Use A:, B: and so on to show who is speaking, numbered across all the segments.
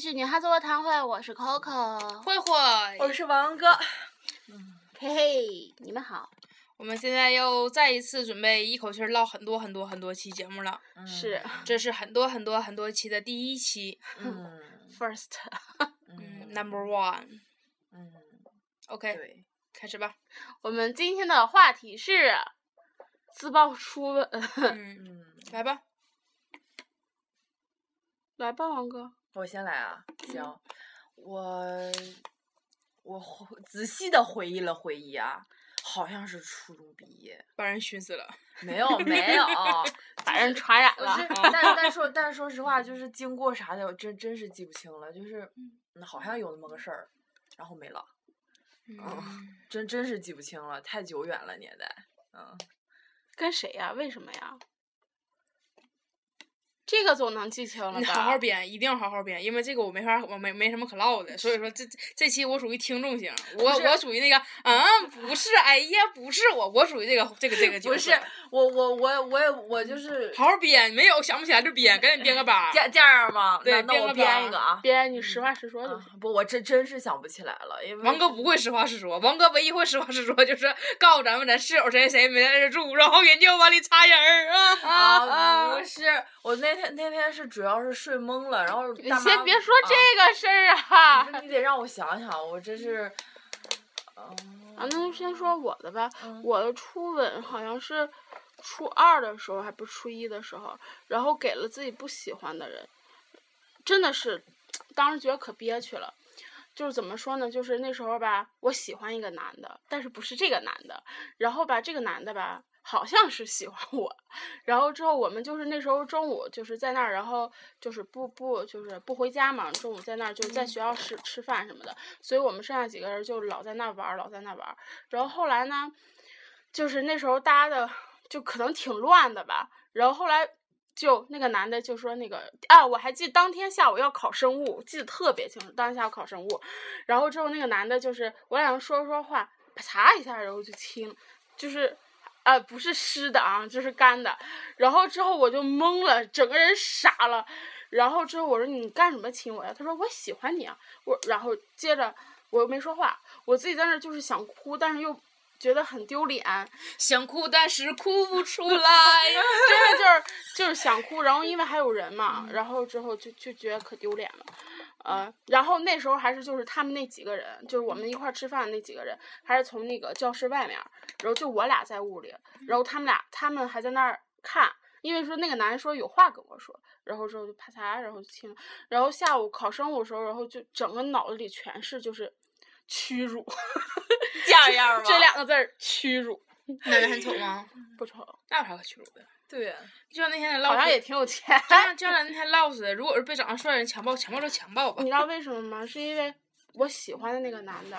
A: 是女汉子卧谈会，我是 Coco，
B: 慧慧，
C: 我是王哥，
A: 嘿嘿，你们好。
B: 我们现在又再一次准备一口气儿唠很多很多很多期节目了，
A: 是
B: 这是很多很多很多期的第一期，
C: 嗯
A: first，
B: 嗯，Number Mm, One。
C: 嗯，
B: OK，
C: 对，
B: 开始吧。
A: 我们今天的话题是自爆呃初吻，
B: 嗯，
C: 嗯，
B: 来吧。
A: 来吧，王哥。
C: 我先来啊，行，我我回仔细的回忆了回忆啊，好像是初中毕业，
B: 把人熏死了。
C: 没有没有，
A: 把人传染
C: 我
A: 了
C: 是，但但说但说实话，就是经过啥的，我真真是记不清了，就是嗯好像有那么个事儿，然后没了，
B: 嗯，
C: 真真是记不清了，太久远了年代，嗯，
A: 跟谁呀？为什么呀？这个总能记清了
B: 你
A: 吧？
B: 好好编，一定要好好编，因为这个我没法，我没没什么可唠的，所以说这这这期我属于听众型，我
C: 不是
B: 我属于那个，嗯，不是，哎呀，不是我，我属于这个这个这个角
C: 不
B: 色
C: 是，我我我我也我就是
B: 好好编，没有想不起来就编，赶紧编个吧。
C: 这这样吗？
B: 对
C: 那那
B: 编
C: 我
B: 个
C: 编
B: 吧
C: 一个啊，
A: 编，你实话实说就行。
C: 啊，不，我真真是想不起来了，因为
B: 王哥不会实话实说，王哥唯一会实话实说就是告诉咱们咱室友谁谁没在这住，然后人就往里插人儿啊
C: 啊，不是，我那天那天是主要是睡懵了，然后
A: 你
C: 大
A: 先
C: 妈
A: 别说
C: 啊
A: 这个事儿 啊
C: 不是你得让我想想，我真是，
A: 啊，那就先说我的吧。
C: 嗯
A: 我的初吻好像是初二的时候，还不是初一的时候，然后给了自己不喜欢的人，真的是，当时觉得可憋屈了。就是怎么说呢？就是那时候吧，我喜欢一个男的，但是不是这个男的。然后吧，这个男的吧，好像是喜欢我。然后之后我们就是那时候中午就是在那儿，然后就是不不就是不回家嘛，中午在那儿就是在学校吃吃饭什么的。所以我们剩下几个人就老在那玩儿，老在那玩儿。然后后来呢，就是那时候搭的就可能挺乱的吧。然后后来就那个男的就说那个，啊，我还记得当天下午要考生物，记得特别清楚，当天下午考生物。然后之后那个男的就是我俩说说话，啪嚓一下，然后就亲，就是。啊，不是湿的啊，就是干的。然后之后我就懵了，整个人傻了。然后之后我说你干什么亲我呀？他说我喜欢你啊。我然后接着我又没说话，我自己在那儿就是想哭，但是又觉得很丢脸，
B: 想哭但是哭不出来。啊
A: 真的 就是就是想哭，然后因为还有人嘛，然后之后就就觉得可丢脸了。呃，然后那时候还是就是他们那几个人，就是我们一块儿吃饭的那几个人，还是从那个教室外面儿，然后就我俩在屋里，然后他们俩他们还在那儿看，因为说那个男人说有话跟我说，然后之后就啪嚓，然后就听，然后下午考生物的时候，然后就整个脑子里全是就是屈辱，
C: 这样
A: 这两个字儿屈辱，
B: 男的很丑吗？
A: 不丑，
B: 那有啥可屈辱的？
C: 对，
B: 就像那天唠，
A: 好像也挺有钱。
B: 就像就像咱那天唠似的，如果是被长得帅的人强暴，强暴就强暴吧
A: 你。知道为什么吗？是因为我喜欢的那个男的，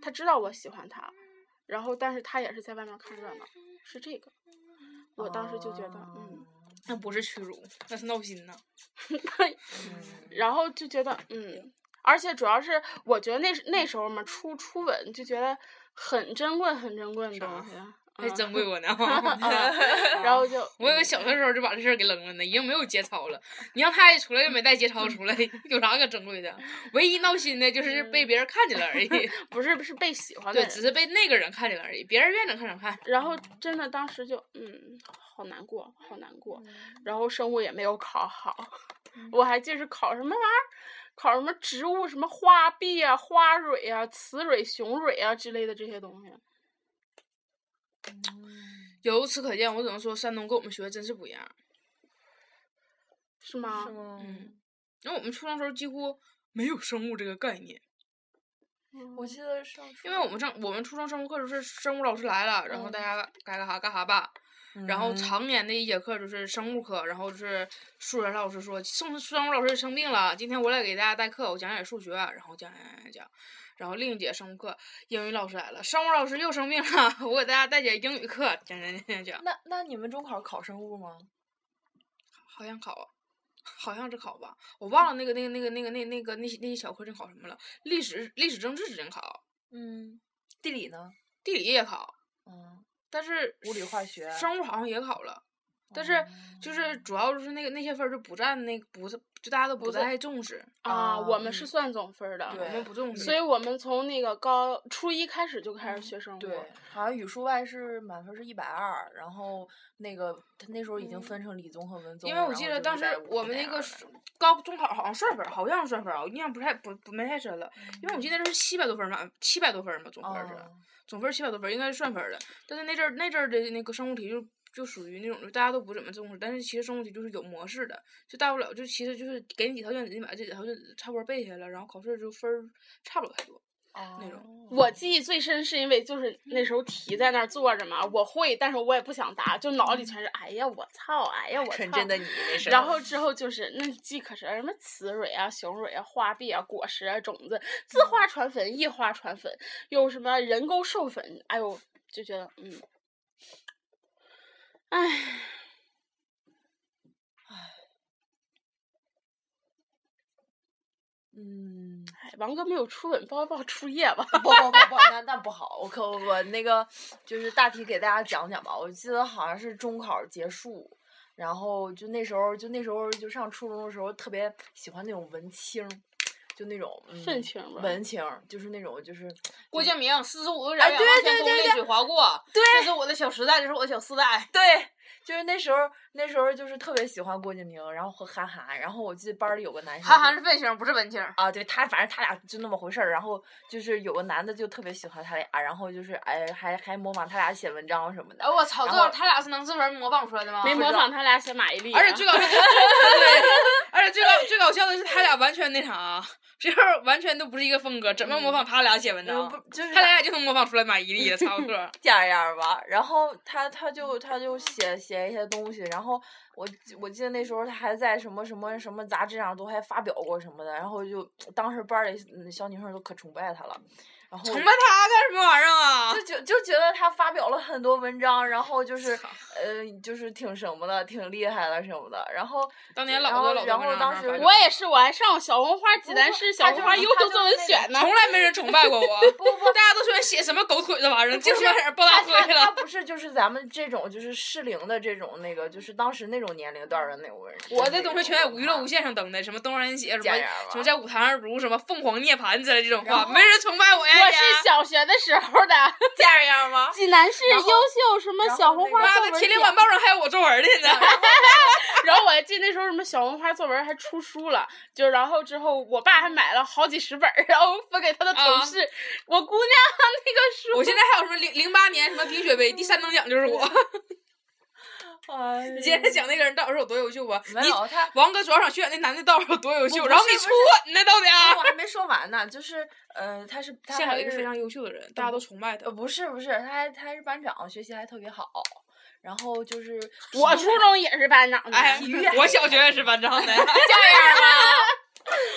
A: 他知道我喜欢他，然后但是他也是在外面看热闹，是这个。我当时就觉
B: 哦
A: 得，嗯，
B: 那不是屈辱，那是闹心呐。
A: 然后就觉得，嗯，而且主要是我觉得那时那时候嘛，初初吻就觉得很珍贵，很珍贵的东西，
B: 还
A: 嗯
B: 珍贵我呢。
A: 然后就
B: 我有个小的时候就把这事儿给扔了呢，已经没有节操了。你让他也出来，又没带节操出来， 有啥可珍贵的？唯一闹心的就是被别人看见了而已，
A: 不是不是被喜欢的
B: 对，只
A: 人，
B: 是被那个人看见了而已，别人愿意能看能看。
A: 然后真的当时就，嗯，好难过，好难过。
C: 嗯
A: 然后生物也没有考好，我还记得是考什么玩意儿，考什么植物什么花臂啊、花蕊啊、雌蕊、雄蕊啊之类的这些东西。
B: 由此可见，我只能说山东跟我们学的真是不一样。
A: 是吗？
C: 是吗？
B: 嗯，因为我们初中时候几乎没有生物这个概念，
A: 嗯
C: 我记得上初，
B: 因为我们上我们初中生物课就是生物老师来了，然后大家该干啥干啥吧。然
C: 嗯
B: 后常年的一节课就是生物课，然后就是数学老师说，生生物老师生病了，今天我来给大家代课，我讲点数学，然后讲讲讲讲，然后另一节生物课，英语老师来了，生物老师又生病了， 我给大家带节英语课，讲讲讲讲讲，
C: 那那你们中考考生物吗？
B: 好像考，好像是考吧，我忘了那个那个那个那个那那个那些那些小课程考什么了，历史历史政治只能考，
C: 嗯，地理呢？
B: 地理也考，
C: 嗯，
B: 但是
C: 物理化学哦
B: 生物好像也考了，但是就是主要就是那个那些分儿就不占那个不是就大家都不太重视，
A: 啊，我
C: 啊
A: 们是
B: 嗯
A: 算总分儿的，
B: 我们不重视，
A: 所以我们从那个高初一开始就开始学生物，
C: 嗯对，好像语数外是满分是一百二，然后那个他那时候已经分成理综和文
B: 嗯
C: 综
B: 因
C: 了，
B: 为我
C: 然
B: 记
C: 后
B: 得
C: 就
B: 当时
C: 150
B: 我们
C: 那
B: 那
C: 样
B: 个
C: 的
B: 是高中考好像算分儿，好像是算分儿啊，我印象不太不不没太深了，因为我记得那是七百多分儿嘛，七百多分儿嘛，总分儿是，
C: 嗯哦
B: 总分七百多分儿应该是算分儿的，但是那阵儿那阵儿的那个生物题就就属于那种就大家都不怎么重视，但是其实生物题就是有模式的，就大不了就其实就是给你几套卷子，你把这几套卷子差不多背下来，然后考试就分儿差不了太多。
C: 哦
B: 那种
A: 我记忆最深是因为就是那时候题在那儿坐着嘛，我会，但是我也不想答，就脑里全是哎呀我操，哎呀我操。
C: 嗯纯真的你那是，
A: 然
B: 嗯
A: 后之后就是那既可是什么雌蕊啊、雄蕊啊、花臂啊、果实啊、种子，自
C: 嗯
A: 花传粉、异花传粉，又什么人工授粉，哎呦就觉得嗯，哎，
C: 嗯，
A: 哎王哥没有初吻，抱一抱初夜吧。
C: 不不不不，那那不好，我可我那个就是大体给大家讲讲吧。我记得好像是中考结束，然后就那时候就那时候就上初中的时候特别喜欢那种文青，就那种嗯
A: 愤青吧
C: 文青就是那种就是
D: 郭敬明，四十五个
B: 啊
C: 哎
D: 人仰
C: 对
D: 望
C: 对
D: 天空，
C: 对
D: 泪
C: 对
D: 水划过。
C: 对
D: 这是我的小时代，这是我的小时 代。
C: 对，就是那时候那时候就是特别喜欢郭敬明，然后和韩寒，然后我记得班里有个男生就，
D: 韩寒是愤青，不是文青。
C: 啊，对他，反正他俩就那么回事儿。然后就是有个男的就特别喜欢他俩，然后就是哎，还还模仿他俩写文章什么的
B: 哦
D: 哎，。我操！
C: 然
D: 这
C: 后
D: 他俩是能这玩意儿模仿出来的吗？
A: 没
D: 不知
A: 模
D: 道
A: 仿他俩写马伊琍啊，
B: 而且最搞笑， 而且最搞最搞笑的是他俩完全那啥，就是完全都不是一个风格，怎么模仿他俩写文章？
D: 呃
C: 嗯，不就是
B: 他俩就能模仿出来马伊琍了，操个！
C: 这样样儿吧。然后他他就他就写写一些东西，然后我记我记得那时候他还在什么什么什么杂志上都还发表过什么的，然后就当时班儿里嗯小女生都可崇拜他了，然后
B: 崇拜他干什么玩意儿啊？
C: 就觉就觉得他发表了很多文章，然后 就是
B: 操
C: 呃就是挺什么的，挺厉害的什么的，然后
B: 当年老
C: 然
B: 多
C: 后
B: 老多
C: 然
B: 文
C: 后
B: 章
C: 当
B: 上
C: 时
B: 反正
A: 我也是，我还上小红花济南市小
C: 他
A: 红
C: 就
A: 花
C: 是
A: 优秀
C: 他就是
A: 作文
C: 那个
A: 选呢。
B: 从来没人崇拜过我，大家都喜欢写什么狗腿子玩意儿，净他妈在这儿抱大
C: 他
B: 腿
C: 他他
B: 了。
C: 不是就是咱们这种就是适龄的这种那个就是当时那种年龄段儿的那种文，
B: 我
C: 那
B: 的东
C: 种
B: 西全在
C: 文
B: 娱乐
C: 化
B: 无限上登的，什么东山写，什么
C: 假牙吧
B: 什么在舞台上如什么凤凰涅槃之类这种
C: 啊然
B: 话，
C: 后
B: 没人崇拜我呀。
A: 我是小学的时候的
C: 这样吗？
A: 济南市
C: 然
A: 优
C: 后
A: 秀什么
C: 然后
A: 小红
C: 那个
A: 花
B: 妈
A: 作
B: 的，《
A: 文
B: 麒麟
A: 奖
B: 晚报》上还有我作文的呢。
A: 然后我还记得那时候什么小红花作文还出书了，就然后之后我爸还买了好几十本儿，然后分给他的同
B: 啊
A: 事。我姑娘 那个书，
B: 我现在还有什么零零八年什么冰雪杯第三等奖就是我。
C: 哎
B: 你接着讲那个人到底是有多优秀吧？
C: 没
B: 你
C: 有他，
B: 王哥主要想炫耀那男的到底有多优
C: 不
B: 秀，
C: 不
B: 然后
C: 是
B: 你
C: 不
B: 初吻呢到底啊？
C: 我还没说完呢，就是呃，他是他
B: 现场
C: 还
B: 一个
C: 是
B: 非常优秀的人，大家都崇拜他
C: 呃。不是不是，他还他还是班长，学习还特别好，然后就是
A: 我
C: 体育
A: 初中也是班长的，
B: 哎啊
C: 体育，还
B: 我小学也是班 长的。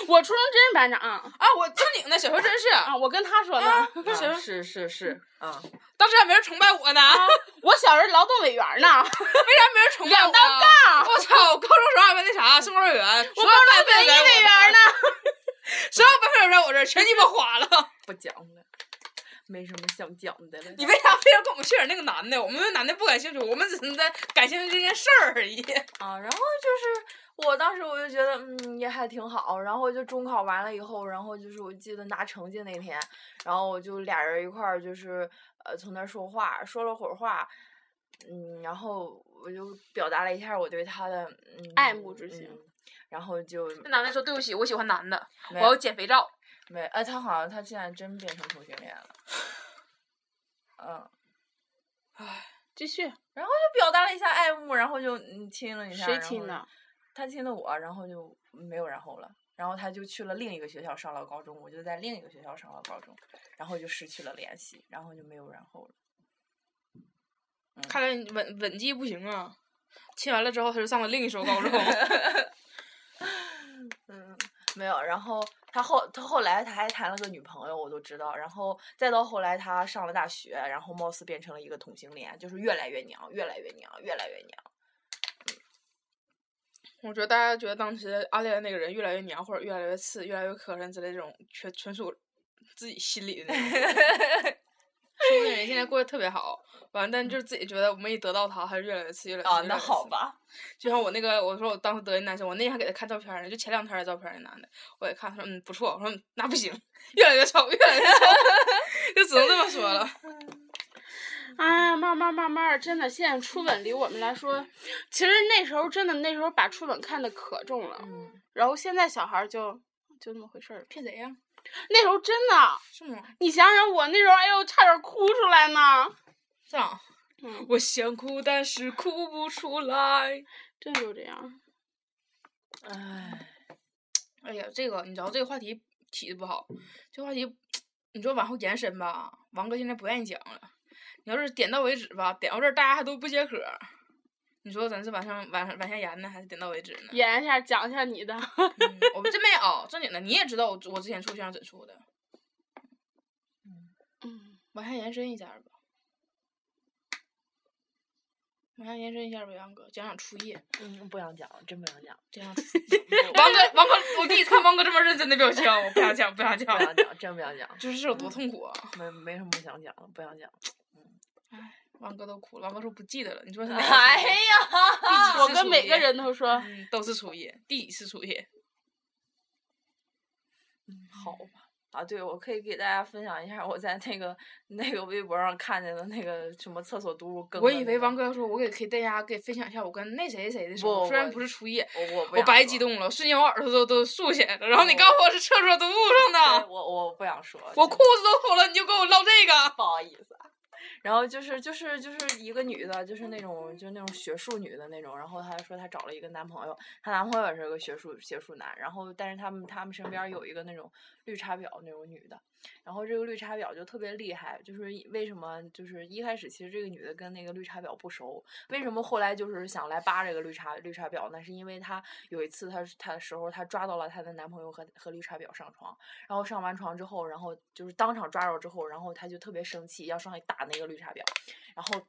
A: 我初中真是班长
B: 啊，我正经的小学真是，
A: 啊！我跟他说呢，
C: 啊
B: 行
C: 是是是啊，
B: 当时还没人崇拜我呢，
A: 我小时候劳动委员呢，
B: 为啥没人崇拜我？
A: 两道 杠
B: 我操！我高中时候还没那啥，送幼儿
A: 我
B: 园，所有
A: 高中
B: 班
A: 文艺
B: 费都在我
A: 委
B: 这
A: 员
B: 儿
A: 呢，，
B: 所有班费都在我这儿，全鸡巴花了。
C: 不讲了，没什么想讲的了。
B: 你为啥非要跟我们去惹那个男的？我们对男的不感兴趣，我们只是在感兴趣这件事儿而已。
C: 啊，然后就是我当时我就觉得，嗯，也还挺好。然后就中考完了以后，然后就是我记得拿成绩那天，然后我就俩人一块儿就是呃从那儿说话，说了会儿话，嗯，然后我就表达了一下我对他的嗯
A: 爱慕之情
C: 嗯然后就
D: 那男的说：“对不起，我喜欢男的，我
C: 没
D: 要减肥皂。
C: 没，哎，他好像他现在真变成同性恋了， 嗯，
A: 继续，
C: 就表达了一下爱慕，然后就嗯亲了一下，
A: 谁
C: 然
A: 听
C: 后
A: 的？
C: 他亲了我，然后就没有然后了。然后他就去了另一个学校上了高中，我就在另一个学校上了高中，然后就失去了联系，然后就没有然后了。
B: 看来你吻吻技不行啊！亲完了之后，他就上了另一所高中。
C: 嗯，没有。然后他后他后来他还谈了个女朋友，我都知道。然后再到后来他上了大学，然后貌似变成了一个同性恋，就是越来越娘，越来越娘，越来越娘。
B: 我觉得大家觉得当时暗恋的那个人越来越娘，或者越来越次，越来越磕碜之类这种，全纯属自己心里的那种。 说明人现在过得特别好，完但就是自己觉得我没得到他，还是越来越次，越来越次。
C: 啊，
B: 越来
C: 那
B: 越
C: 好
B: 次。
C: 吧，
B: 就像我那个，我说我当时得意男生，我那天还给他看照片儿呢，就前两天的照片儿，那男的，我也看，他说嗯不错，我说嗯那不行，越来越丑，越来越丑， 就只能这么说了。
A: 哎呀，慢慢慢慢儿，真的，现在初吻离我们来说，其实那时候真的那时候把初吻看得可重了，
C: 嗯，
A: 然后现在小孩儿就就那么回事儿了。
B: 骗谁呀？
A: 那时候真的，
B: 是吗？
A: 你想想我那时候，哎呦，差点哭出来呢。
B: 这样
A: 嗯，
B: 啊我想哭，但是哭不出来。
A: 真就这样。
B: 嗯
C: 唉，
B: 哎呀，这个你知道这个话题起的不好，这个话题你说往后延伸吧，王哥现在不愿意讲了。你要是点到为止吧，点到这儿大家还都不解渴儿。你说咱是往上往上往下延呢，还是点到为止 呢？
A: 演一下，讲一下你的。
B: 嗯我们真没有正经的，你也知道我我之前处对象怎处的，
A: 嗯，
B: 往下延伸一下儿吧。往下延伸一下儿吧，杨哥，讲讲初夜，
C: 嗯，不想讲了，真不 想讲，
B: 讲讲初夜王哥，王哥，我第一次看王哥这么认真的表情，我不想讲， 不想讲
C: 不，想讲，真不想讲，
B: 就是这有多痛苦啊！
C: 没没什么想讲的，不想讲。
B: 王哥都哭了，王哥说不记得了。你说是哪个初
C: 哎
B: 一？
C: 呀，
B: 第几
A: 我
B: 次
A: 跟
B: 初
A: 每个
B: 夜
A: 人都说，
B: 嗯都是初一，第几次初一？
C: 好
B: 嗯
C: 吧。啊，对，我可以给大家分享一下我在那个那个微博上看见的那个什么厕所读物更的
B: 我
C: 那个。
B: 以为王哥要说，我给给大家给分享一下我跟那谁谁的时
C: 不
B: 候，虽然
C: 我
B: 不是初一，
C: 我我不
B: 我
C: 想
B: 白
C: 说嗯
B: 激动了，瞬间我耳朵都都竖起来了。然后你
C: 不
B: 告诉我是厕所读物上
C: 对
B: 的，
C: 我我不想说，
B: 我
C: 就
B: 裤子都脱了，你就给我唠这个。
C: 不好意思啊。然后就是就是就是一个女的，就是那种就是那种学术女的那种，然后她说她找了一个男朋友，她男朋友也是个学术学术男，然后但是他们他们身边有一个那种绿茶婊那种女的，然后这个绿茶婊就特别厉害，就是一为什么就是一开始其实这个女的跟那个绿茶婊不熟，为什么后来就是想来扒这个绿茶绿茶婊呢？是因为她有一次她她的时候她抓到了她的男朋友和和绿茶婊上床，然后上完床之后，然后就是当场抓着之后，然后她就特别生气，要上去打那个绿茶婊，然后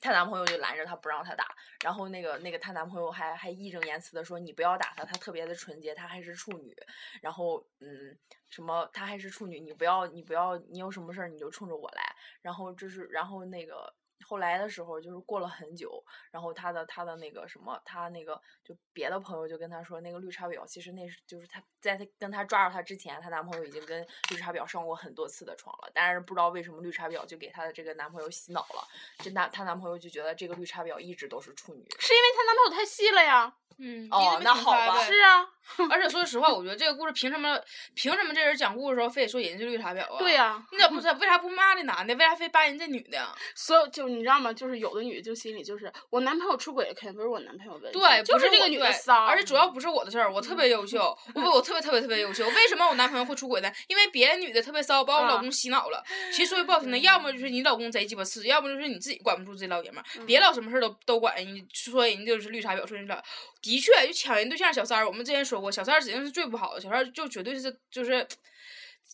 C: 她男朋友就拦着她不让她打，然后那个那个她男朋友还还义正言辞的说你不要打她，她特别的纯洁，她还是处女，然后嗯什么她还是处女，你不要你不要你有什么事儿你就冲着我来，然后就是然后那个。后来的时候，就是过了很久，然后她的她的那个什么，她那个就别的朋友就跟她说，那个绿茶婊其实那是就是她在她跟她抓着她之前，她男朋友已经跟绿茶婊上过很多次的床了，但是不知道为什么绿茶婊就给她的这个男朋友洗脑了，这男她男朋友就觉得这个绿茶婊一直都是处女，
A: 是因为她男朋友太细了呀。
B: 嗯
C: 哦那好吧对
A: 是啊，
B: 而且说实话，我觉得这个故事凭什么？凭什么这人讲故事的时候非得说人家是绿茶婊啊？
A: 对
B: 呀、
A: 呀、
B: 你咋不是为啥不骂这男的？为啥非扒人这女的呀？
A: 所有就你知道吗？就是有的女的就心里就是，我男朋友出轨肯定不是我男朋友问题，
B: 对，
A: 就
B: 不是
A: 这
B: 我
A: 个女的
B: 对
A: 骚，嗯
B: 而且主要不是我的事儿，我特别优秀，我我特别特别特别优秀。为什么我男朋友会出轨呢？因为别的女的特别骚，把我老
A: 啊
B: 公洗脑了。其实说句不好
A: 嗯
B: 听的，要么就是你老公贼鸡巴次，要么就是你自己管不住自己老爷们
A: 嗯
B: 儿，别老什么事儿都都管人家，说人家就是绿茶婊，说人家老的确就抢人对象小三儿，我们之前说过，小三儿指定是最不好的，小三儿就绝对是就是。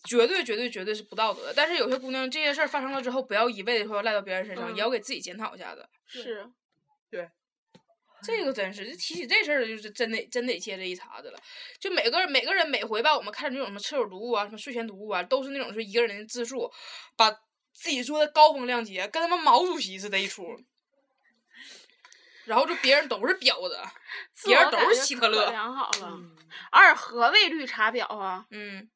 B: 绝对绝对绝对是不道德的，但是有些姑娘这些事儿发生了之后，不要一味的说赖到别人身上，
A: 嗯
B: 也要给自己检讨一下子。
A: 是
B: 这个真是，就提起这事儿，就是真得真得接这一茬子了。就每个人每个人每回吧，我们看这种什么厕所读物啊，什么睡前读物啊，都是那种是一个人的自述，把自己说的高风亮节，跟他妈毛主席似的一出。然后就别人都是婊子，
A: 自
B: 别人
A: 我
B: 都
A: 感
B: 是
A: 觉
B: 希
A: 可
B: 特勒
A: 良好了。二，何谓绿茶婊啊？
B: 嗯。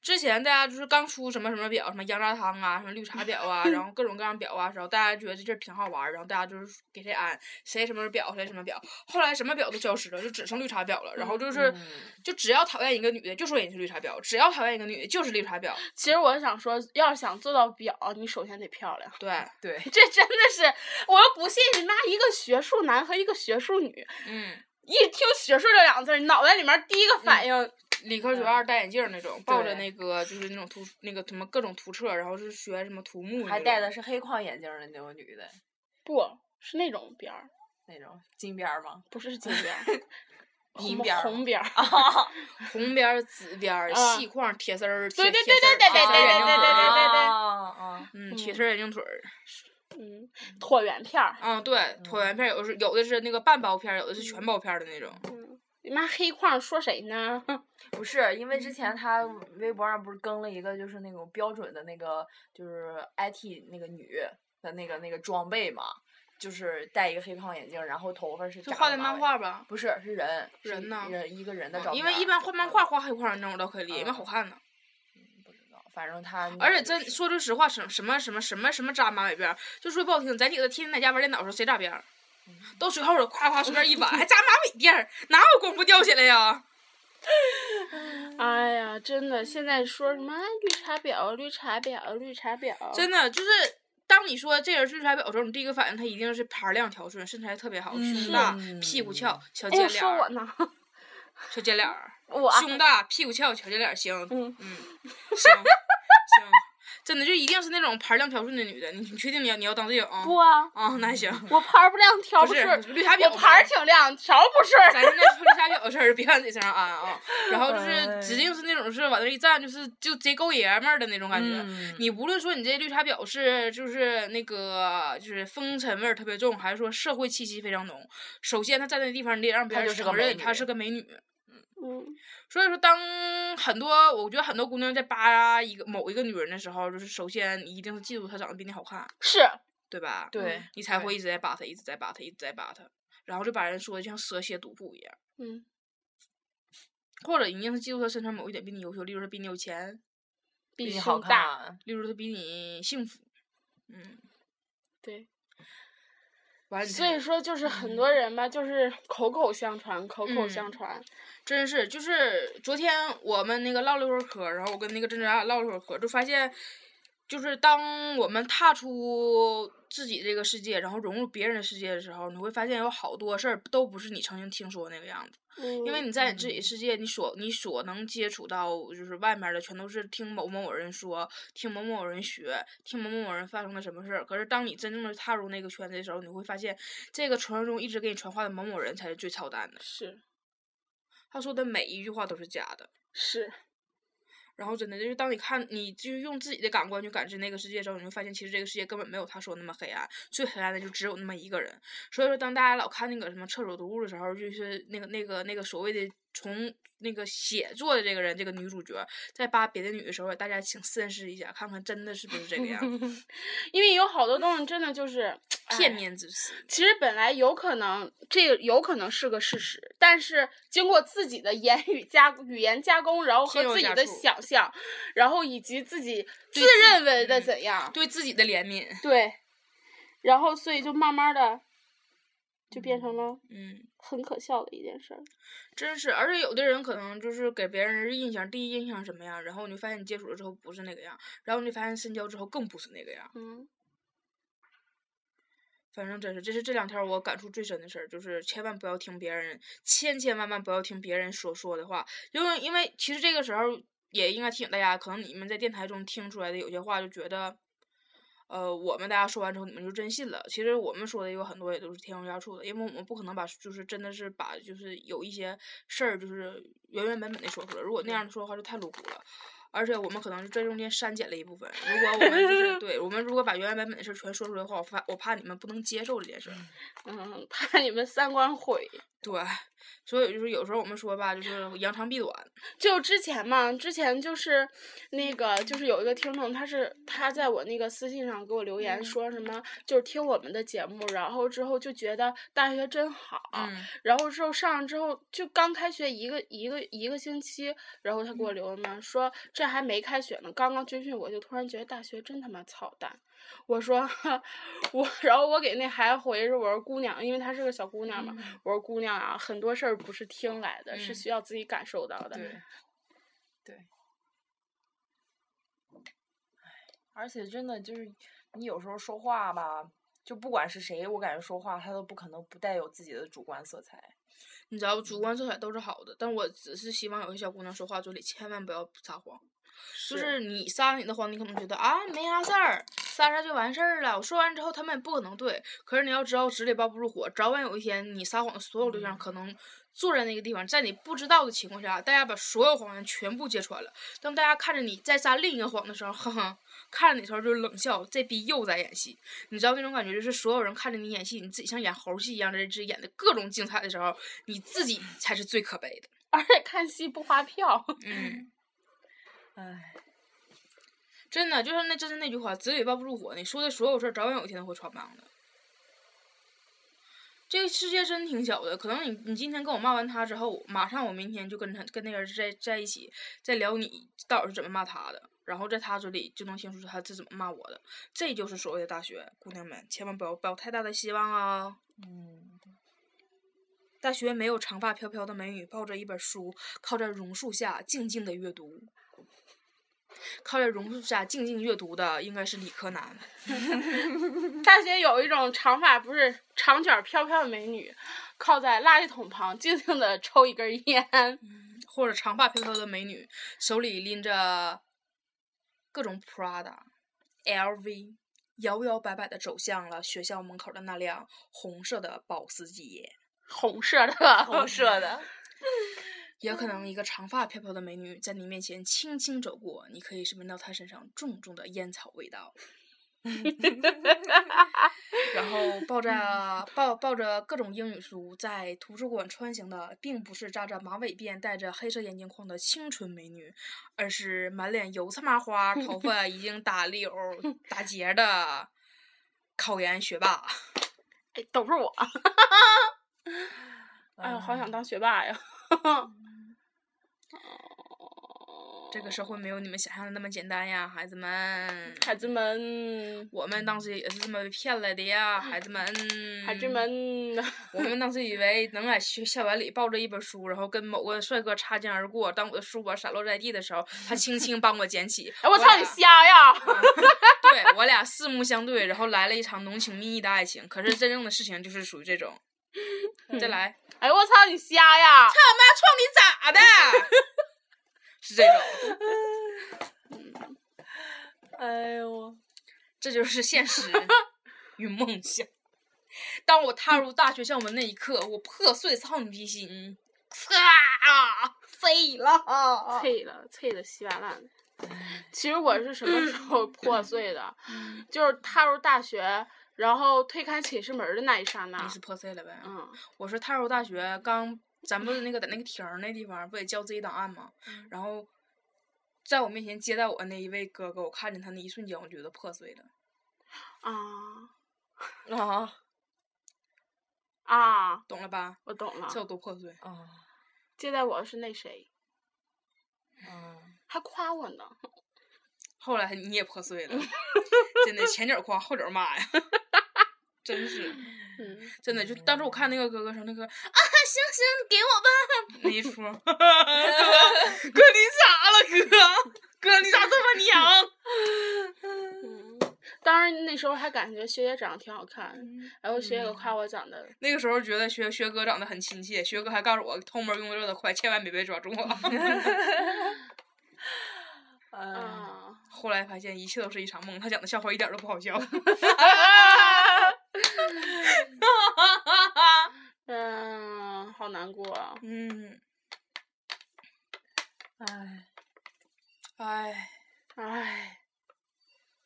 B: 之前大家就是刚出什么什么表，什么羊杂汤啊，什么绿茶婊啊，然后各种各样表啊，然后大家觉得这事儿挺好玩儿，然后大家就是给谁安谁什么表谁什么表，后来什么表都消失了，就只剩绿茶婊了。然后就是，
C: 嗯
B: 就只要讨厌一个女的，就说人家是绿茶婊；只要讨厌一个女的，就是绿茶婊。
A: 其实我想说，要想做到婊，你首先得漂亮。
B: 对，
C: 对，
A: 这真的是，我又不信你妈一个学术男和一个学术女，
B: 嗯，
A: 一听学术这两个字儿，脑袋里面第一个反应，
B: 理科
A: 嗯
B: 学二戴眼镜儿那种，抱着
C: 对
B: 那个就是那种图那个什么各种图册，然后是学什么土木那种，
C: 还戴的是黑框眼镜儿的那种女的，
A: 不是那种边儿，
C: 那种金边儿吗？，
A: 不是金边 儿
C: 银边儿
A: 红边儿。
B: 啊红边儿、紫边儿、
A: 啊
B: 细框、铁丝儿，
A: 对
B: 铁
A: 对
B: 铁丝儿
A: 对对
B: 铁丝儿眼镜
A: 对
B: 腿儿
A: 对对对
C: 啊
B: 嗯，铁丝儿眼镜腿儿，
A: 嗯，椭圆片儿。
B: 嗯嗯，对，椭圆片儿有的是有的是那个半包片儿，有的是全包片儿的那种，
A: 嗯，你妈黑框说谁呢？
C: 不是，因为之
B: 嗯
C: 前他微博上不是更了一个，就是那种标准的那个，就是 IT 那个女的那个那个装备嘛，就是戴一个黑框眼镜，然后头发是
B: 就
C: 扎
B: 画
C: 个
B: 的
C: 马
B: 漫
C: 尾，
B: 画吧。
C: 不是是人是
B: 人呢哦
C: 人一个人的照片儿，
B: 因为一般画漫画画黑框那种我倒可以理解，因为
C: 嗯
B: 好看呢。
C: 不知道，反正他那
B: 而
C: 个
B: 且真
C: 就是
B: 说句实话，什什么什么什么什么扎马尾辫儿，就说不好听，咱几个天天在家玩电脑的时候，谁扎辫儿？到随后了，夸夸随便 一挽，还扎马尾辫儿，哪有功夫吊起来呀？
A: 哎呀，真的，现在说什么哎绿茶婊、绿茶婊、绿茶婊，
B: 真的就是，当你说这人是绿茶婊的时候，你第一个反应他一定是盘量调顺，身材特别好，胸大，屁股翘，小
A: 哎
B: 尖
A: 呀，
B: 脸
A: 说我
B: 儿，
A: 呢，啊
B: 小尖脸儿，
C: 我
B: 胸大，屁股翘，小尖脸儿，行，
A: 嗯
B: 嗯，行 行，真的就一定是那种盘量调顺的女的，你你确定你要你要当队友啊？
A: 不啊，
B: 啊，那行。
A: 我盘儿不亮，调
B: 不是
A: 顺，
B: 绿茶婊
A: 我盘儿挺亮，调不顺。
B: 咱现在说绿茶婊的事儿，别往自己身上安啊。然后
C: 哎
B: 就是指定是那种是往那一站，就是就贼够爷们儿的那种感觉。
C: 嗯
B: 你无论说你这绿茶婊是就是那个就是风尘味儿特别重，还是说社会气息非常浓，首先她站那地方，你得让别
C: 她
B: 人
C: 就是个
B: 承
C: 美
B: 认
C: 女
B: 她是个美女。
A: 嗯，
B: 所以说，当很多我觉得很多姑娘在扒一个某一个女人的时候，就是首先你一定是嫉妒她长得比你好看，
A: 是，
B: 对吧？
C: 对
B: 你才
C: 对
B: 会一直在扒她，一直在扒她，一直在扒她，然后就把人说的像蛇蝎毒妇一样。
A: 嗯，
B: 或者一定是嫉妒他身上某一点比你优秀，例如他比你有钱，
A: 比
C: 你
A: 胸
C: 好
A: 大，
C: 看，
B: 例如他比你幸福，嗯，
A: 对。
B: 完了你
A: 所
B: 才
A: 以说，就是很多人吧，就是口口相传，口口
B: 嗯
A: 相传。
B: 真是就是昨天我们那个唠了一会儿嗑儿，然后我跟那个珍珍俩唠了一会儿嗑儿，就发现，就是当我们踏出自己这个世界，然后融入别人的世界的时候，你会发现有好多事儿都不是你曾经听说的那个样子。
A: 嗯，
B: 因为你在你自己世界，你所你所能接触到就是外面儿的，全都是听某某人说，听某某人学，听某某人发生了什么事儿。可是当你真正的踏入那个圈子的时候，你会发现，这个传说中一直给你传话的某某人才是最操蛋的，
A: 是
B: 他说的每一句话都是假的。
A: 是，
B: 然后真的就是当你看，你就用自己的感官去感知那个世界的时候，你会发现其实这个世界根本没有他说那么黑暗，最黑暗的就只有那么一个人。所以说，当大家老看那个什么厕所读物的时候，就是那个那个那个所谓的从那个写作的这个人，这个女主角在扒别的女的时候，大家请深思一下，看看真的是不是这个样子，
A: 因为有好多东西真的就是
B: 片。
A: 哎
B: 面之词。
A: 其实本来有可能，这个有可能是个事实，但是经过自己的言语加语言加工，然后和
B: 添油
A: 自己
B: 加
A: 的
B: 醋
A: 想象，然后以及自己自
B: 对自
A: 认为的
B: 嗯
A: 怎样，
B: 对自己的怜悯，
A: 对，然后所以就慢慢的就变成了
B: 嗯，
A: 很可笑的一件事儿。
B: 真是。而且有的人可能就是给别人的印象，第一印象是什么样，然后你就发现你接触了之后不是那个样，然后你发现深交之后更不是那个样。
A: 嗯，
B: 反正真是，这是这两天儿我感触最深的事儿，就是千万不要听别人，千千万万不要听别人所说的话，因为因为其实这个时候也应该提醒大家，可能你们在电台中听出来的有些话，就觉得，呃，我们大家说完之后，你们就真信了。其实我们说的有很多也都是添油加醋的，因为我们不可能把就是真的是把就是有一些事儿就是原原本本的说出来，如果那样说的话就太露骨了。而且我们可能在中间删减了一部分。如果我们就是对我们如果把原原本本的事儿全说出来的话，我怕我怕你们不能接受这件事儿。
A: 嗯，怕你们三观毁。
B: 对，所以就是有时候我们说吧，就是扬长避短。
A: 就之前嘛，之前就是那个，就是有一个听众，他是他在我那个私信上给我留言，说什么、就是听我们的节目，然后之后就觉得大学真好，
B: 嗯，
A: 然后之后上了之后，就刚开学一个一个一个星期，然后他
C: 嗯
A: 给我留言嘛，说这还没开学呢，刚刚军训，我就突然觉得大学真他妈操蛋。我说 我，然后我给那孩子回说，我说姑娘，因为她是个小姑娘嘛，
C: 嗯
A: 我说姑娘啊，很多事儿不是听来的，是
B: 嗯
A: 需要自己感受到的。
C: 对，对。唉而且真的就是，你有时候说话吧，就不管是谁，我感觉说话他都不可能不带有自己的主观色彩。
B: 你知道，主观色彩都是好的，但我只是希望有些小姑娘说话嘴里千万不要撒谎，就是你撒你的谎，你可能觉得啊没啥事儿，撒撒就完事儿了。我说完之后，他们也不可能对。可是你要知道，纸里包不住火，早晚有一天你撒谎的所有对象可能坐在那个地方，在你不知道的情况下，大家把所有谎言全部揭穿了。当大家看着你在撒另一个谎的时候，哈哈，看着你的时候就冷笑，这逼又在演戏。你知道那种感觉，就是所有人看着你演戏，你自己像演猴戏一样，在这演的各种精彩的时候，你自己才是最可悲的。
A: 而且看戏不花票，
B: 嗯。
C: 哎，
B: 真的就是那，就是那句话，纸里包不住火。你说的所有事儿，早晚有一天都会穿帮的。这个世界真挺小的，可能你你今天跟我骂完他之后，马上我明天就跟他跟那个人在在一起，再聊你到底是怎么骂他的，然后在他嘴里就能听出他是怎么骂我的。这就是所谓的大学，姑娘们千万不要抱太大的希望啊、
C: 嗯，
B: 大学没有长发飘飘的美女抱着一本书，靠在榕树下静静的阅读。靠在榕树下静静阅读的应该是理科男。
C: 嗯
A: 大学有一种长发不是长卷飘飘的美女，靠在垃圾桶旁静静的抽一根烟，
B: 或者长发飘飘的美女，手里拎着各种 Prada、LV，摇摇摆摆的走向了学校门口的那辆红色的保时捷。
A: 红色哦的，
C: 红色的，
B: 也可能一个长发飘飘的美女在你面前轻轻走过，你可以是闻到她身上重重的烟草味道。然后抱着抱抱着各种英语书在图书馆穿行的，并不是扎着马尾辫、戴着黑色眼镜框的清纯美女，而是满脸油菜麻花、头发已经打绺儿、打结儿的考研学霸。
A: 哎都是我。哎呦，好
C: 嗯
A: 想当学霸呀！
B: 这个社会没有你们想象的那么简单呀，孩子们。
A: 孩子们，
B: 我们当时也是这么被骗来的呀，孩子们。
A: 孩
B: 嗯
A: 子们， 哎
B: 我们当时以为能在学校园里抱着一本书，然后跟某个帅哥擦肩而过。当我的书包散落在地的时候，他轻轻帮我捡起。
A: 哎，我操你
B: 俩啊
A: 瞎呀！
B: 对我俩四目相对，然后来了一场浓情蜜意的爱情。可是真正的事情就是属于这 种。再来，
A: 哎，我操你瞎呀！
B: 妈撞你咋的？ 是这种，
C: 哎呦我，
B: 这就是现实与梦想。当我踏入大学校门那一刻，我破碎少女之心，啊，飞了。
A: 脆了，脆的稀巴烂的。其实我是什么时候破碎的？ 就是踏入大学，然后推开寝室门儿的那一刹那
C: 啊
B: 你。是破碎了呗？
A: 嗯，
B: 我说踏入大学刚，咱不是那个在那个亭儿那地方不得交自己档案吗？
C: 嗯
B: 然后在我面前接待我那一位哥哥，我看见他那一瞬间，我觉得破碎了。
A: 啊
C: 啊
A: 啊，
B: 懂了吧？
A: 我懂了
B: 这。有多破碎？
C: 啊
A: 接待我的是那谁，
C: 啊！
A: 还夸我呢。
B: 后来你也破碎了，真的前脚夸后脚骂呀， 真是
A: 嗯，
B: 真的就当时我看那个哥哥说那个啊，行行，你给 我吧那一出，哥哥你咋了哥？哥你咋这么娘？
A: 嗯，当然那时候还感觉学姐长得挺好看，然后学姐夸我长得，
B: 那个时候觉得学学哥长得很亲切，学哥还告诉我偷摸用的热的快，千万别被抓住啊。
C: 哎，
A: 啊，
B: 后来发现一切都是一场梦，他讲的笑话一点都不好笑。
A: 嗯，好难过啊。
B: 嗯，
C: 哎，
B: 唉，
A: 唉，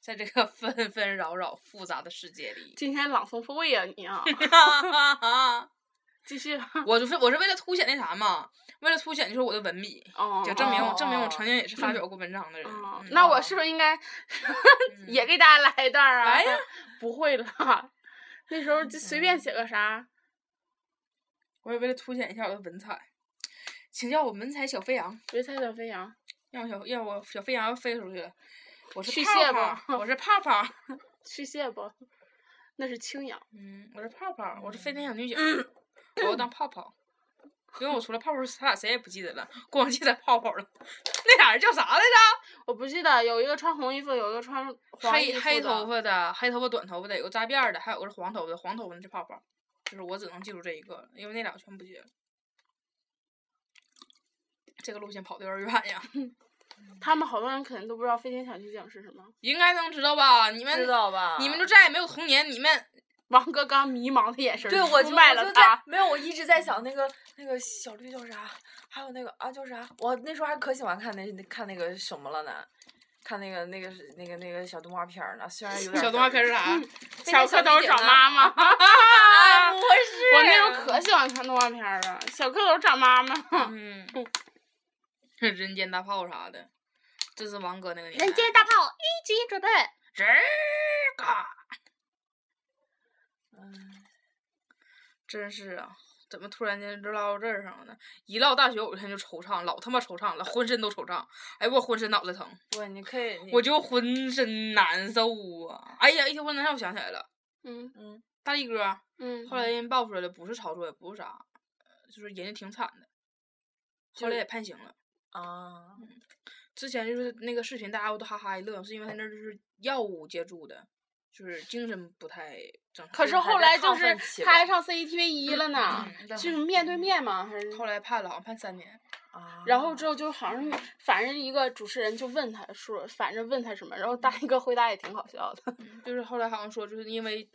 B: 在这个纷纷扰扰复杂的世界里，
A: 今天朗诵复位呀、你啊，继 续。
B: 我就是我是为了凸显那啥嘛，为了凸显就是我的文笔，
A: 哦，
B: 就证明我、
C: 哦
B: 证明我曾经也是发表过文章的人。
A: 哦
B: 嗯
A: 那我是不是应该
B: 嗯
A: 也给大家来一段啊？
B: 来呀，嗯
A: 不会了， 那时候就随便写个啥，
B: 我也为了凸显一下我的文采，请叫我文采小飞扬，
A: 别踩小飞扬，
B: 让小让我小飞扬要飞出去了。我是
A: 去
B: 泡
A: 蟹
B: 泡，我是泡泡，
A: 去蟹不？那是青扬，
B: 嗯，我是泡泡，我是飞天小女警， 我要当泡泡，因为我除了泡泡，他俩谁也不记得了，光记得泡泡了。 那俩人叫啥来着？
A: 我不记得有一个穿红衣服，有一个穿黄衣
B: 黑
A: 服
B: 黑
A: 的
B: 头，发的，黑头发短头发的，有个扎辫儿的，还有个是黄头发的，黄头发的是泡泡。就是我只能记住这一个了，因为那俩我全不记得了。这个路线跑的有点远呀。
A: 他们好多人肯定都不知道飞天小女警是什么。
B: 应该能知道啊吧？你们
C: 知道吧？
B: 你们就再也没有童年，你们
A: 王哥刚迷茫的眼神，
C: 对，我就
A: 卖
C: 我
A: 了
C: 就在
A: 他。
C: 没有，我一直在想那个那个小绿叫啥，还有那个啊叫啥，我那时候还可喜欢看那看那个什么了呢，看那个那个是那个那个小动画片儿呢，虽然有点
B: 小动画
C: 嘚儿
B: 片是 啥？
A: 小蝌蚪找妈妈，
C: 哎不是，
A: 我那时候可喜欢看动画片儿了，小蝌蚪找妈妈。
B: 嗯， 人间大炮啥的，这是王哥那个年 代。
D: 人间大炮一级准备，
B: 这个
C: 嗯
B: 真是啊，怎么突然间就唠到这儿上了呢？一唠大学，我这天就惆怅，老他妈惆怅了，浑身都惆怅。哎，我浑身脑袋疼，
C: 不，你可以，你
B: 我就浑身难受啊！哎呀，一听浑身难受，我想起来了，
A: 嗯
C: 嗯
B: 大力哥
A: 嗯
B: 后来人爆出来了，不是炒作，也不是啥，呃就是人家挺惨的，后来也判刑了。
C: 啊，
B: 之前就是那个视频，大家都哈哈一乐，是因为他那儿就是药物接触的，就是精神不太正常。
A: 可是
C: 还
A: 后
C: 在
A: 来就
C: 亢
A: 是
C: 奋期
A: 他
C: 吧
A: 还上 CCTV 一了呢，就是面嗯对嗯面嘛，还是
B: 后来判了，好像判三年。
C: 啊
A: 然后之后就好像反正一个主持人就问他说，反正问他什么，然后大一哥回答也挺好笑 的。
B: 就是后来好像说，就是因为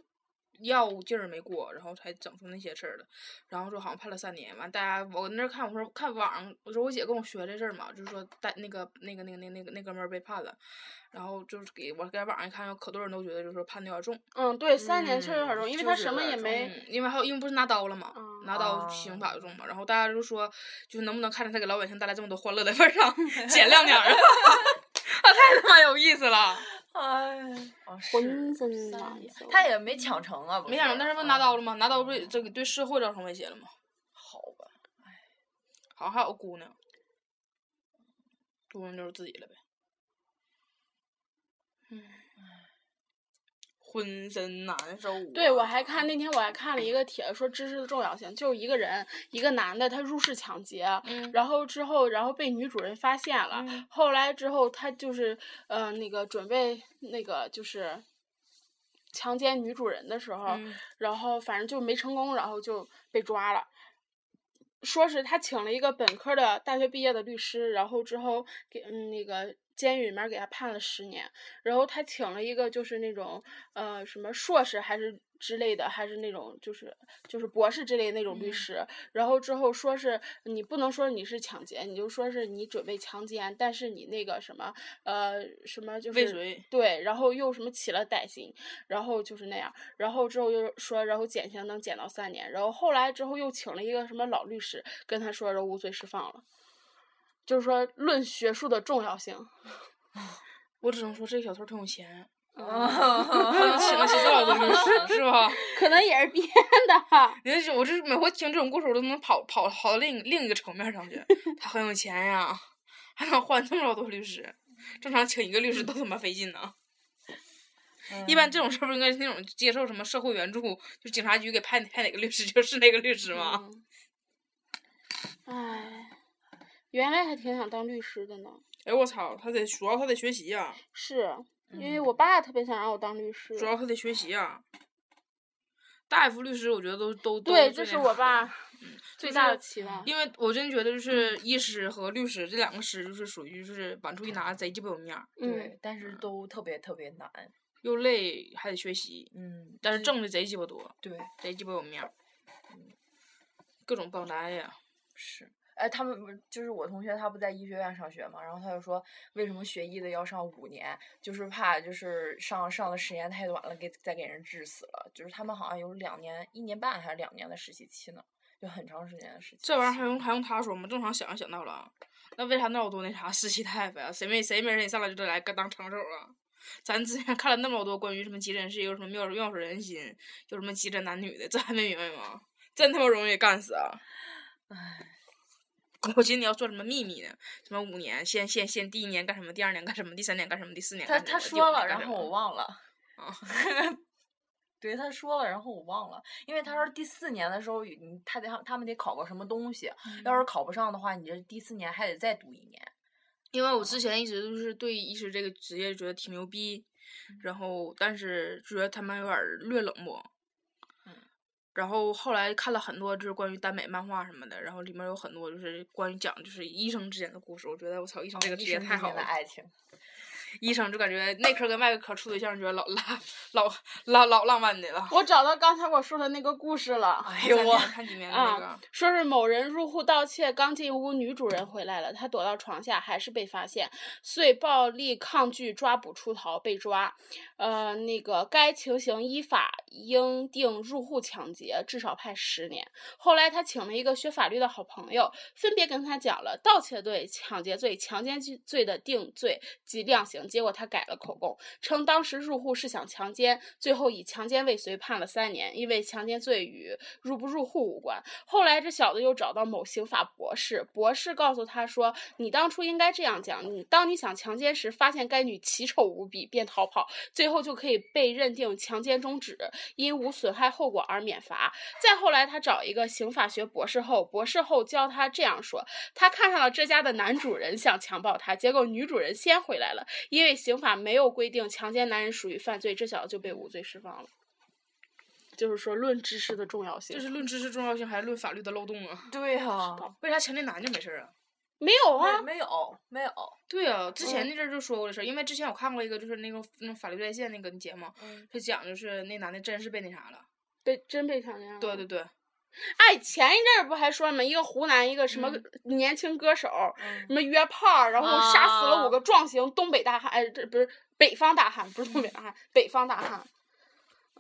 B: 药物劲儿没过，然后才整出那些事儿了。然后说好像判了三年，完大家我那儿看，我说看网上，我说我姐跟我学这事儿嘛，就是说带那个那个那个那个那个那哥们儿被判了，然后就是给我在网上一看，有可多人都觉得就是说判的有点重，
A: 嗯，对，三年确实有点
C: 嗯
A: 重，因为
C: 就
A: 他
C: 是
A: 什
C: 有
A: 么
C: 点
A: 也
C: 重
A: 没。
B: 嗯，因为还有因为不是拿刀了嘛，
A: 嗯
B: 拿刀刑法就重嘛，然后大家就说就是能不能看在他给老百姓带来这么多欢乐的份儿上减量点儿啊， 啊太他妈有意思了。
C: 哎，哦
A: 浑
C: 是，
A: 身难受，
C: 他也没抢成啊，不
B: 没想到，但是不拿
C: 啊
B: 刀了吗？拿刀不是这个对社会造成威胁了吗？
C: 好吧，
B: 好像还有个姑娘，姑娘就是自己了呗。嗯，浑身难受、啊。
A: 对，我还看那天我还看了一个帖，说知识的重要性，就是一个人，一个男的，他入室抢劫，
B: 嗯
A: 然后之后，然后被女主人发现了，
B: 嗯
A: 后来之后他就是呃那个准备那个就是强奸女主人的时候，
B: 嗯
A: 然后反正就没成功，然后就被抓了。说是他请了一个本科的大学毕业的律师，然后之后给嗯那个监狱里面给他判了十年，然后他请了一个就是那种呃什么硕士还是之类的，还是那种就是就是博士之类的那种律
B: 嗯
A: 师，然后之后说是你不能说你是抢劫，你就说是你准备强奸，但是你那个什么呃什么就是
B: 未遂
A: 对，然后又什么起了歹心，然后就是那样，然后之后又说，然后减刑能减到三年，然后后来之后又请了一个什么老律师跟他说，然后无罪释放了。就是说，论学术的重要性，
B: 我只能说这个小偷挺有 钱，
C: 啊
B: 请了洗澡的律师是吧？
A: 可能也是编的。
B: 你看我这每回听这种故事，我都能跑跑跑到另一另一个层面上 去。他很有钱呀，还能换这么老多律师，正常请一个律师都他妈费劲呢。一般这种事儿不应该是那种接受什么社会援助，就警察局给派派哪个律师就是那个律师
A: 嗯
B: 吗？
A: 哎，原来还挺想当律师的呢。
B: 哎我操，他得主要他得学习呀、
A: 是因为
C: 嗯
A: 我爸特别想让我当律师。
B: 主要他得学习呀、大夫律师我觉得都都都
A: 对，这
B: 最
A: 是
B: 那
A: 我
B: 啥的
A: 爸最大的
B: 就是
A: 期望。
B: 因为我真觉得就是医师和律师这两个师就是属于就是往出一拿贼鸡巴有面儿，
A: 嗯，
C: 对，但是都特别特别难，
B: 又累还得学习，
C: 嗯，
B: 但是挣的贼鸡巴多，
C: 对。
B: 贼鸡巴有面儿，嗯各种棒答呀。
C: 是，哎，他们不是就是我同学，他不在医学院上学嘛，然后他就说，为什么学医的要上五年，就是怕就是上上的时间太短了，给再给人治死了。就是他们好像有两年、一年半还是两年的实习期呢，就很长时间的实习期。
B: 这玩意儿还用还用他说吗？正常想就想到了，啊那为啥那么多那啥实习大夫呀？谁没谁没人上来就得来个当长手啊？咱之前看了那么多关于什么急诊室有什么妙妙手仁心，有什么急诊男女的，这还没明白吗？真他妈容易给干死啊！唉，我寻思你要做什么秘密呢？什么五年，先先先第一年干什么，第二年干什么，第三年干什么，第四年
C: 他
B: 干什
C: 他
B: 么
C: 说了，然后我
B: 了。
C: 忘了。嗯
B: 啊
C: 对，他说了，然后我忘了，因为他说第四年的时候，你他得他们得考个什么东西，
B: 嗯
C: 要是考不上的话，你这第四年还得再读一年。
B: 因为我之前一直都是对医师这个职业觉得挺牛嗯嗯逼，然后但是觉得他们有点儿略冷漠。然后后来看了很多就是关于耽美漫画什么的，然后里面有很多就是关于讲就是医生之间的故事。我觉得我哦操，医生这个职业太好
C: 的
B: 了，
C: 爱情，
B: 医生就感觉内科跟外科处对象，觉得老浪老老老浪漫的了。
A: 我找到刚才我说的那个故事了。
C: 哎呦我，
B: 哦看几年的那个
A: 啊，说是某人入户盗窃，刚进屋，女主人回来了，她躲到床下，还是被发现，遂暴力抗拒抓捕出逃，被抓。呃，那个该情形依法应定入户抢劫，至少判十年。后来他请了一个学法律的好朋友，分别跟他讲了盗窃罪、抢劫罪、强奸罪罪的定罪及量刑，结果他改了口供，称当时入户是想强奸，最后以强奸未遂判了三年，因为强奸罪与入不入户无关。后来这小子又找到某刑法博士，博士告诉他说：“你当初应该这样讲，你当你想强奸时，发现该女奇丑无比，便逃跑，最后就可以被认定强奸中止，因无损害后果而免罚。”再后来，他找一个刑法学博士后，博士后教他这样说：他看上了这家的男主人，想强暴他，结果女主人先回来了，因为刑法没有规定强奸男人属于犯罪，这小子就被无罪释放了。就是说，论知识的重要性
B: 这，是论知识重要性还是论法律的漏洞啊？
C: 对呀、
B: 为啥强奸男就没事儿啊？
A: 没有啊，
C: 没没有没有，
B: 对啊，之前那阵儿就说过这事儿，因为之前我看过一个就是那个那种法律在线那个节目，他讲就是那男的真是被那啥了。
A: 被真被强奸了。
B: 对对。对，
A: 哎，前一阵儿不还说吗？一个湖南一个什么
B: 嗯
A: 年轻歌手，什么约炮，然后杀死了
C: 啊
A: 五个壮型东北大汉，哎，这不是北方大汉，不是东北大汉，北方大汉。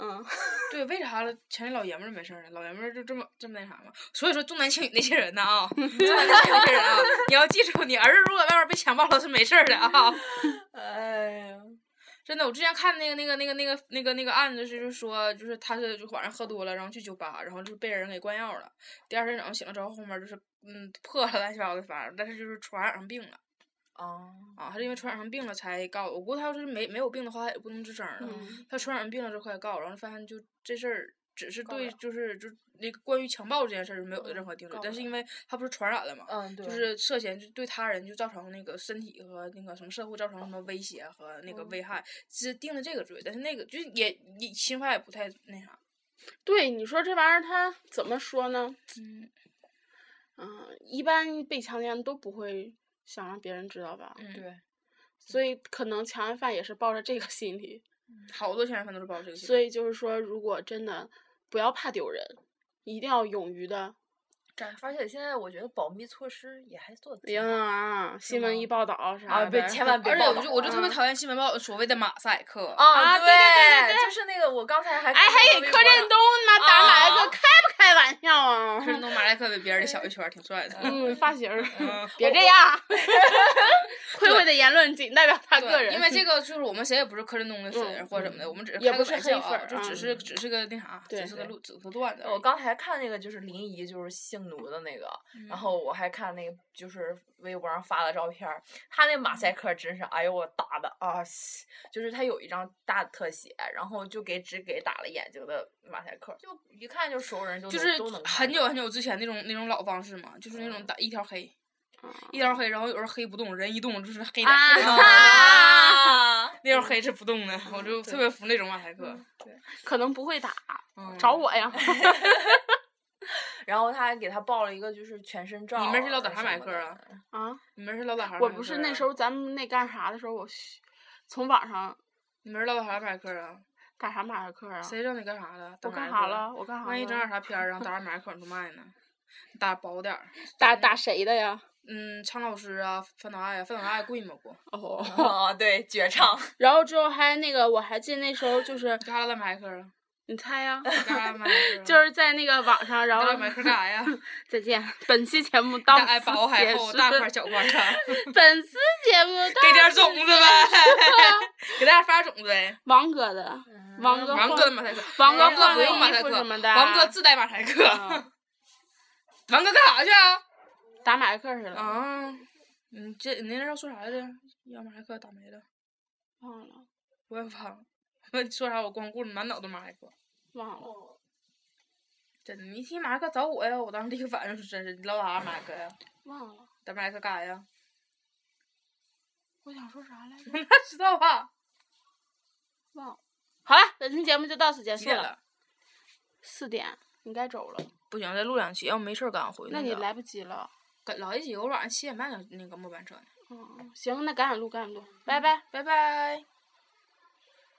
A: 嗯，
B: 对，为啥强奸老爷们儿没事儿呢？老爷们儿就这么这么那啥嘛？所以说重男轻女那些人呢啊，重男轻女那些人啊，你要记住，你儿子如果外面儿被强暴了是没事儿的啊。
C: 哎呀，
B: 真的，我之前看那个那个那个那个那个那个案子，就是说，就是他是就晚上喝多了，然后去酒吧，然后就被人给灌药了。第二天早上醒了之后，后面就是嗯破了乱七八糟的，反正但是就是传染上病了
C: 啊，
B: 啊，他是因为传染上病了才告我。我估计他要是没没有病的话，他也不能吱声了。
A: 嗯
B: 他传染病了之后才告，然后发现就这事儿只是
C: 告不
B: 对
C: 了
B: 就是就那个关于强暴这件事儿是没有的任何定
A: 告
B: 论，
A: 不
B: 但是
A: 了
B: 因为他不是传染了嘛，
C: 嗯，对，
B: 就是涉嫌就对他人就造成那个身体和那个什么社会造成什么威胁和那个危
C: 哦
B: 害，是定了这个罪，但是那个就是也也刑法也不太那啥，
A: 对，你说这玩意儿他怎么说呢？
B: 嗯
A: 嗯，一般被强奸都不会想让别人知道吧，
B: 嗯，
C: 对，
A: 所以可能强奸犯也是抱着这个心理，
B: 好多强奸犯都是抱这个心理，
A: 所以就是说，如果真的不要怕丢人，一定要勇于的
C: 而且现在我觉得保密措施也还做得挺
A: 呀、
C: 好
A: 啊，新闻
C: 吗
A: 一报道啥
C: 啊
A: 的，
C: 别千万别
B: 而且
C: 报
B: 我
C: 道嗯哦
B: 就我就特别
A: 啊
B: 讨厌新闻报所谓的马赛克，
A: 啊对对对对对
C: 就是那个我刚才还
A: 哎，还给
C: 给
A: 柯震东他妈打马
C: 啊
A: 赛克，开不开玩笑啊
B: 柯？震东马赛克比别人的 小一圈儿，挺帅的。
A: 嗯，发型儿，
B: 嗯
A: 别这 样。慧慧的言论仅代表他个
B: 对，
A: 人，
B: 因为这个就是我们谁也不是柯震东的粉
A: 嗯
B: 或者什么的，我们只是
A: 也
B: 开
A: 不
B: 个
A: 是
B: 玩
A: 黑
B: 笑
A: 粉
B: 啊，
A: 儿
B: 就只
A: 嗯
B: 是只是个那啥，啊
A: 对
B: 只是个
A: 对
B: 路只是个段子而已。
C: 我刚才看那个就是林怡，就是性奴的那个，然后我还看那个就是微博上发的照片儿，他那马赛克真是，哎呦我打的啊， 西就是他有一张大的特写，然后就给只给打了眼睛的马赛克，就一看就熟人就
B: 就
C: 能
B: 是
C: 都能看
B: 很
C: 出
B: 久
C: 来
B: 很久之前那种那种老方式嘛，就是那种打一条黑，
A: 嗯
B: 一条黑，然后有时候黑不动，人一动就是黑的，
A: 啊
B: 黑的
C: 啊，
B: 那条黑是不动的，我就特别服那种马赛
A: 嗯
B: 克。
A: 可能不会打，
B: 嗯
A: 找我呀。
C: 然后他还给他报了一个就是全身照，
B: 你们是老打啥马赛克 啊？
A: 啊，
B: 你们是老打啥马赛 克
A: 我
B: 啊？
A: 不是那时候咱们那干啥的时候，我嘘从网上
B: 你们是老打啥马赛克啊？
A: 打啥马赛克啊？
B: 谁知道你干啥了？打
A: 我干
B: 马
A: 啥
B: 赛克啊
A: 了？？我干啥了？
B: 万一整点啥片儿，然后打上马赛克往出卖呢？打薄点儿。
A: 打打谁的呀？
B: 嗯，苍老师啊，范岛爱啊，范岛爱贵吗？不，
A: 哦，
C: 啊，对，绝唱，
A: 然后之后还那个，我还记得那时候就是
B: 你干啥来马赛克啊？
A: 你猜呀，
B: 你干啥来马赛 克啊？
A: 就是在嗯那个网 上，然
B: 干
A: 后
B: 啥来马赛克干啥呀？
A: 再见， 本期节目到
B: 大
A: 此
B: 爱薄还
A: 结
B: 厚，
A: 束
B: 大块儿小块儿啊，
A: 本次节目到
B: 给点儿
A: 此
B: 种子
A: 结
B: 呗，
A: 束
B: 给大家发种子 呗。
A: 王哥的，王哥
B: 王
A: 换
B: 哥的马赛克，
A: 王哥
B: 王哥
A: 换
B: 哎不
A: 了
B: 用马赛
A: 衣
B: 克
A: 服什么的，啊
B: 王哥自带马赛克。
A: 嗯
B: 王哥干啥去啊？
A: 打马赛克去了，
B: 啊，你这你那阵儿要说啥来着？要马赛克打没了，
A: 忘了
B: 我也忘了。 我说啥？我光顾着满脑子马赛克。
A: 忘了，
B: 真的，你一提马赛克找我呀，我当时第一个反应是真是你唠啥马赛克呀？
A: 忘了，
B: 打马赛克干啥呀？
A: 我想说啥来着？
B: 那知道吧？
A: 忘了。好了，本期节目就到此结
B: 几
A: 束
B: 点
A: 了，
B: 了？
A: 四点你该走了，
B: 不行，再录两期，要没事儿干回去。
A: 那你，来不及了。
B: 老一起，我晚上七点半那个末班车呢。
A: 嗯，行，那赶紧录，赶紧录，拜拜。
B: 拜拜。